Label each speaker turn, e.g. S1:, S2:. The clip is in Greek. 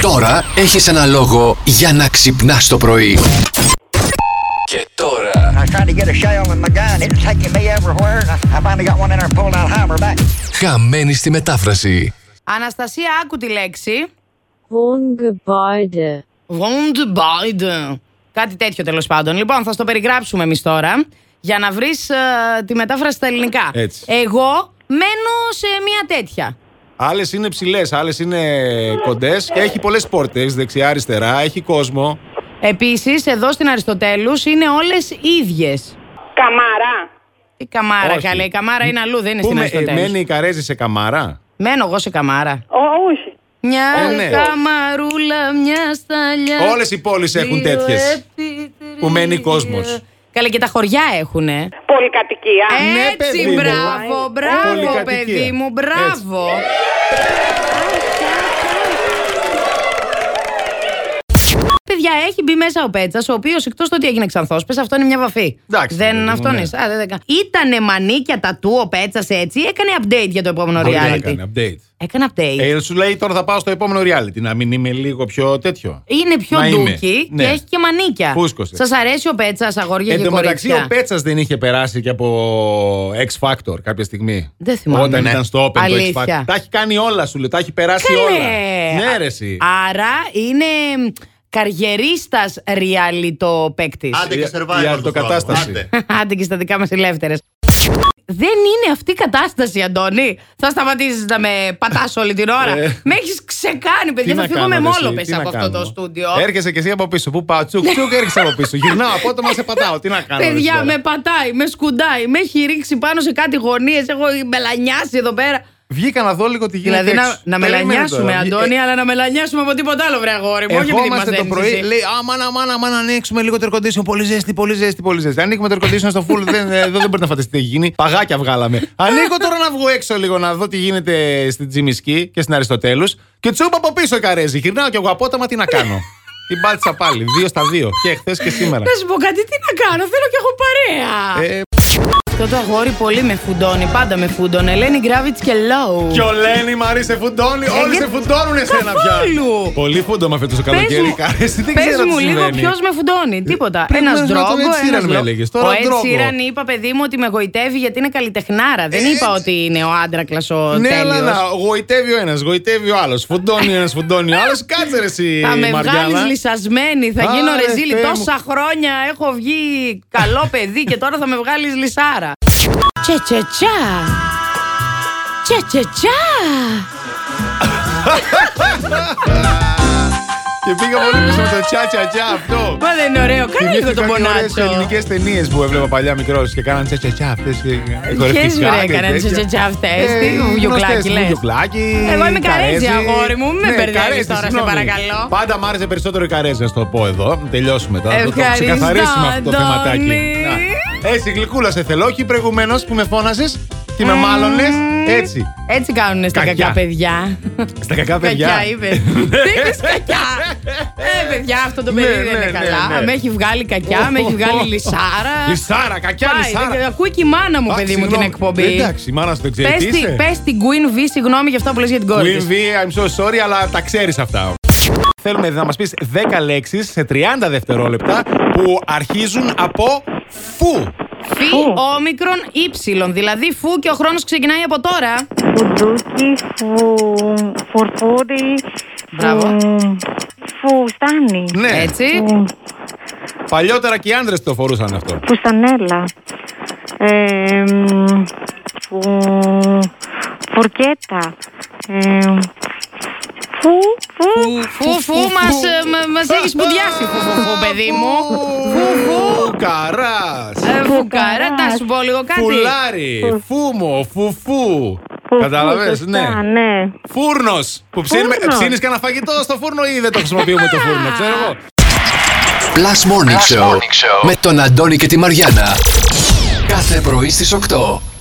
S1: Τώρα έχεις ένα λόγο για να ξυπνάς το πρωί. Και τώρα
S2: I was trying to get a shell with my gun. It was taking me everywhere. And I, I finally got one in there and pulled out a hammer back.
S1: χαμένη στη μετάφραση.
S3: Αναστασία, άκου τη λέξη.
S4: Wohngebäude.
S3: Wohngebäude. Κάτι τέτοιο τέλος πάντων. Λοιπόν, θα στο περιγράψουμε εμείς τώρα για να βρεις τη μετάφραση στα ελληνικά.
S5: Έτσι.
S3: Εγώ μένω σε μια τέτοια.
S5: Άλλες είναι ψηλές, άλλες είναι κοντές και έχει πολλές πόρτες δεξιά-αριστερά, έχει κόσμο.
S3: Επίσης, εδώ στην Αριστοτέλους είναι όλες ίδιες.
S6: Καμάρα.
S3: Η καμάρα,
S5: Όχι.
S3: καλέ. Η καμάρα είναι αλλού, δεν είναι στην
S5: Πούμε, ε,
S3: Αριστοτέλου.
S5: μένει η Καρέζη σε καμάρα.
S3: Μένω εγώ σε καμάρα.
S6: Ω, όχι.
S3: Μια
S5: Ε, ναι.
S3: καμαρούλα, μια σταλιά.
S5: Όλες οι πόλεις
S3: δύο
S5: έχουν τέτοιες.
S3: επιτρία.
S5: Που μένει κόσμος.
S3: Καλέ, και τα χωριά έχουνε.
S6: Πολυκατοικία.
S5: ναι,
S3: Ε, Έτσι,
S5: παιδί μου.
S3: μπράβο, μπράβο,
S5: Πολυκατοικία.
S3: παιδί μου, μπράβο. Παιδιά, έχει μπει μέσα ο Πέτσα, ο οποίος εκτός του ότι έγινε ξανθό, πε αυτό είναι μια βαφή.
S5: Εντάξει, παιδί
S3: δεν
S5: μου,
S3: αυτό
S5: ναι.
S3: είναι. Α, δεν- δεν- Ήτανε μανίκια τατού ο Πέτσα έτσι, έκανε update για το επόμενο
S5: Πολύ
S3: reality.
S5: έκανε, update.
S3: Έκανε update.
S5: Ε, σου λέει τώρα θα πάω στο επόμενο reality, να μην είμαι λίγο πιο τέτοιο.
S3: Είναι πιο
S5: Μα είμαι.
S3: ντούκι
S5: Ναι.
S3: και έχει και μανίκια.
S5: Φούσκωσε.
S3: Σας αρέσει ο Πέτσα, αγόρια
S5: Εν
S3: και
S5: τω μεταξύ,
S3: κορίτσια.
S5: ο Πέτσας δεν είχε περάσει και από X Factor κάποια στιγμή.
S3: Δεν θυμάμαι.
S5: Όταν ήταν στο Open
S3: Αλήθεια.
S5: το X Factor. Τα έχει κάνει όλα, σου λέει. Τα έχει περάσει
S3: Καλέ.
S5: όλα. Ναι, ρε, εσύ.
S3: Άρα είναι καριερίστας reality παίκτης.
S7: Άντε και
S5: Η-
S7: survivor
S5: η
S7: του
S5: αυτοκατάσταση.
S7: χρόνου. Άντε.
S3: Άντε και στα δικά μας ελεύθερε. Δεν είναι αυτή η κατάσταση, Αντώνη. Θα σταματήσεις να με πατάς όλη την ώρα.
S5: Ε.
S3: με έχεις ξεκάνει,
S5: Τι
S3: παιδιά.
S5: να
S3: Θα φύγω
S5: κάνω,
S3: με
S5: ρε, εσύ,
S3: μόλοπε
S5: τι να
S3: από αυτό
S5: κάνω.
S3: το στούντιο.
S5: Έρχεσαι και εσύ από πίσω. Πού πάω, τσουκ, τσουκ, έρχεσαι από πίσω. Γυρνάω απότομα, σε πατάω. Τι να κάνω. ρε,
S3: Παιδιά,
S5: τώρα.
S3: με πατάει, με σκουντάει, με έχει ρίξει πάνω σε κάτι γωνίες. Έχω μελανιάσει εδώ πέρα.
S5: Βγήκα να δω λίγο τι γίνεται.
S3: Δηλαδή να,
S5: έξω.
S3: να
S5: Περίμενε
S3: μελανιάσουμε,
S5: τώρα.
S3: Αντώνη,
S5: Ε,
S3: αλλά να μελανιάσουμε από τίποτα άλλο, βρε αγόρι. μου, όχι επειδή μας
S5: Ερχόμαστε το
S3: δένεις
S5: πρωί,
S3: εσύ.
S5: λέει Α, μάνα, μάνα, μάνα, ανοίξουμε λίγο το air condition. Πολύ ζέστη, πολύ ζέστη, πολύ ζέστη. Ανοίγουμε το air condition στο full, δεν, ε, εδώ δεν μπορεί να φανταστείτε τι έχει γίνει. Παγάκια βγάλαμε. Ανοίγω τώρα να βγω έξω λίγο να δω τι γίνεται στην Τζιμισκή και στην Αριστοτέλους. Και τσούπα από πίσω η Καρέζη. Γυρνάω κι εγώ απότομα, τι να κάνω. Την πάτησα πάλι, δύο στα δύο. Και χθες και σήμερα.
S3: Να σου πω κάτι, τι να κάνω, θέλω και έχω παρέα.
S5: Ε,
S3: Αυτό το αγόρι πολύ με φουντώνει, πάντα με φούντωνε. Ελένη Γκράβιτ και Λόου.
S5: Και ο Λένι Μαρή σε φουντώνει, όλοι
S3: γιατί-
S5: σε φουντώνουν εσένα
S3: Ε, Καθόλου.
S5: πια. Πολύ φούντο με αυτό το καλοκαίρι, Καρέζη. Δεν
S3: πες
S5: ξέρω
S3: μου
S5: τι
S3: λίγο
S5: συμβαίνει.
S3: ποιος με φουντώνει. Τίποτα.
S5: πριν
S3: Ένας
S5: λες να
S3: ντρόγκο.
S5: τον Ed Sheeran
S3: ένας
S5: με
S3: λο-
S5: έλεγες,
S3: Ο
S5: τώρα
S3: Ed
S5: ντρόγκο.
S3: Sheeran είπα, παιδί μου, ότι με γοητεύει γιατί είναι καλλιτεχνάρα. Δεν
S5: Ε,
S3: είπα
S5: έτσι.
S3: ότι είναι ο άντρακλας ο
S5: Ναι, αλλά να,
S3: τέλειος.
S5: γοητεύει ο ένας, γοητεύει ο άλλος. Φουντώνει ένας, φουντώνει ο άλλος. Κάτσε ρε, εσύ,
S3: Θα με βγάλει
S5: Μαριάννα.
S3: λυσασμένη, θα
S5: Α,
S3: γίνω
S5: ρε,
S3: ρεζίλη.
S5: ε, Θεέ μου.
S3: Τόσα χρόνια έχω βγει καλό παιδί και τώρα θα με βγάλεις λυσάρα. Τσετσετσά. Τσετσετσά.
S5: Και πήγα πολύ πίσω με το τσα τσα τσα αυτό.
S3: Μα δεν είναι ωραίο, κάνε λίγο τον πονάτσο.
S5: ελληνικές ταινίες που έβλεπα παλιά μικρός και κάναν τσα τσα ε, τσα αυτέ.
S3: Ποιες βρε έκαναν τσετσετσά αυτές,
S5: Ε,
S3: τι βουγιουκλάκι λες. Εγώ είμαι Καρέζη, αγόρι μου, μην με μπερδεύεις τώρα, σε παρακαλώ.
S5: Ναι, Πάντα μ' άρεσε περισσότερο η Καρέζη, να σου το πω εδώ. Τελειώσουμε τώρα. θα Το, το
S3: Ευχαριστώ,
S5: ξεκαθαρίσουμε αυτό το
S3: Αντώνη.
S5: θεματάκι. Να. Έτσι, γλυκούλα σε θέλω, όχι προηγουμένως που με φώναζες και με μάλωνε. Έτσι.
S3: Έτσι κάνουν στα
S5: Κακιά.
S3: κακά παιδιά.
S5: Στα κακά παιδιά.
S3: Κακιά είπε. Τι είπες κακιά. Ε, παιδιά, αυτό το
S5: Ναι,
S3: παιδί
S5: ναι,
S3: δεν είναι
S5: ναι,
S3: καλά.
S5: ναι.
S3: Με έχει βγάλει κακιά, με έχει βγάλει λισάρα.
S5: Λισάρα, κακιά
S3: Πάει,
S5: λισάρα.
S3: δεν- Ακούει και η μάνα μου,
S5: Α,
S3: παιδί μου, την
S5: συγγνώμη.
S3: εκπομπή.
S5: Εντάξει, η μάνα σου το ξέρει.
S3: Πες
S5: τι
S3: τη-
S5: είσαι.
S3: Πες την Queen V, συγγνώμη για αυτά που λες για την κόρη
S5: Queen
S3: της.
S5: V, I'm so sorry, αλλά τα ξέρεις αυτά. Θέλουμε να μας πεις 10 λέξεις σε 30 δευτερόλεπτα που αρχίζουν από φου.
S3: Φι, όμικρον, ύψιλον. Δηλαδή, φου και ο χρόνος ξεκινάει από τώρα.
S6: Φουντούκι, φου... φουρφούρι,
S3: Μπράβο.
S6: φουστάνι,
S5: Ναι,
S3: Έτσι.
S5: παλιότερα και οι άντρε το φορούσαν αυτό.
S6: φουστανέλα, ε, μ, φου... φουρκέτα, ε, φου... φου...
S3: Φου, φου, μας, ε, μ- μας έχεις σπουδιάσει, φου, φου, φου, παιδί μου. Φου, φου.
S5: Καρά.
S3: Ε, Φουκάρα, να σου πω λίγο κάτι.
S5: Φουλάρι. Φούμο. Φουφού. Κατάλαβες,
S6: φουστά,
S5: ναι.
S6: ναι.
S5: Φούρνος. Που
S6: Φούρνος.
S5: ψήνεις κανένα φαγητό στο φούρνο ή δεν το χρησιμοποιούμε το φούρνο, ξέρω εγώ.
S1: Plus Morning, Show, με τον Αντώνη και τη Μαριάνα. Κάθε πρωί στις 8.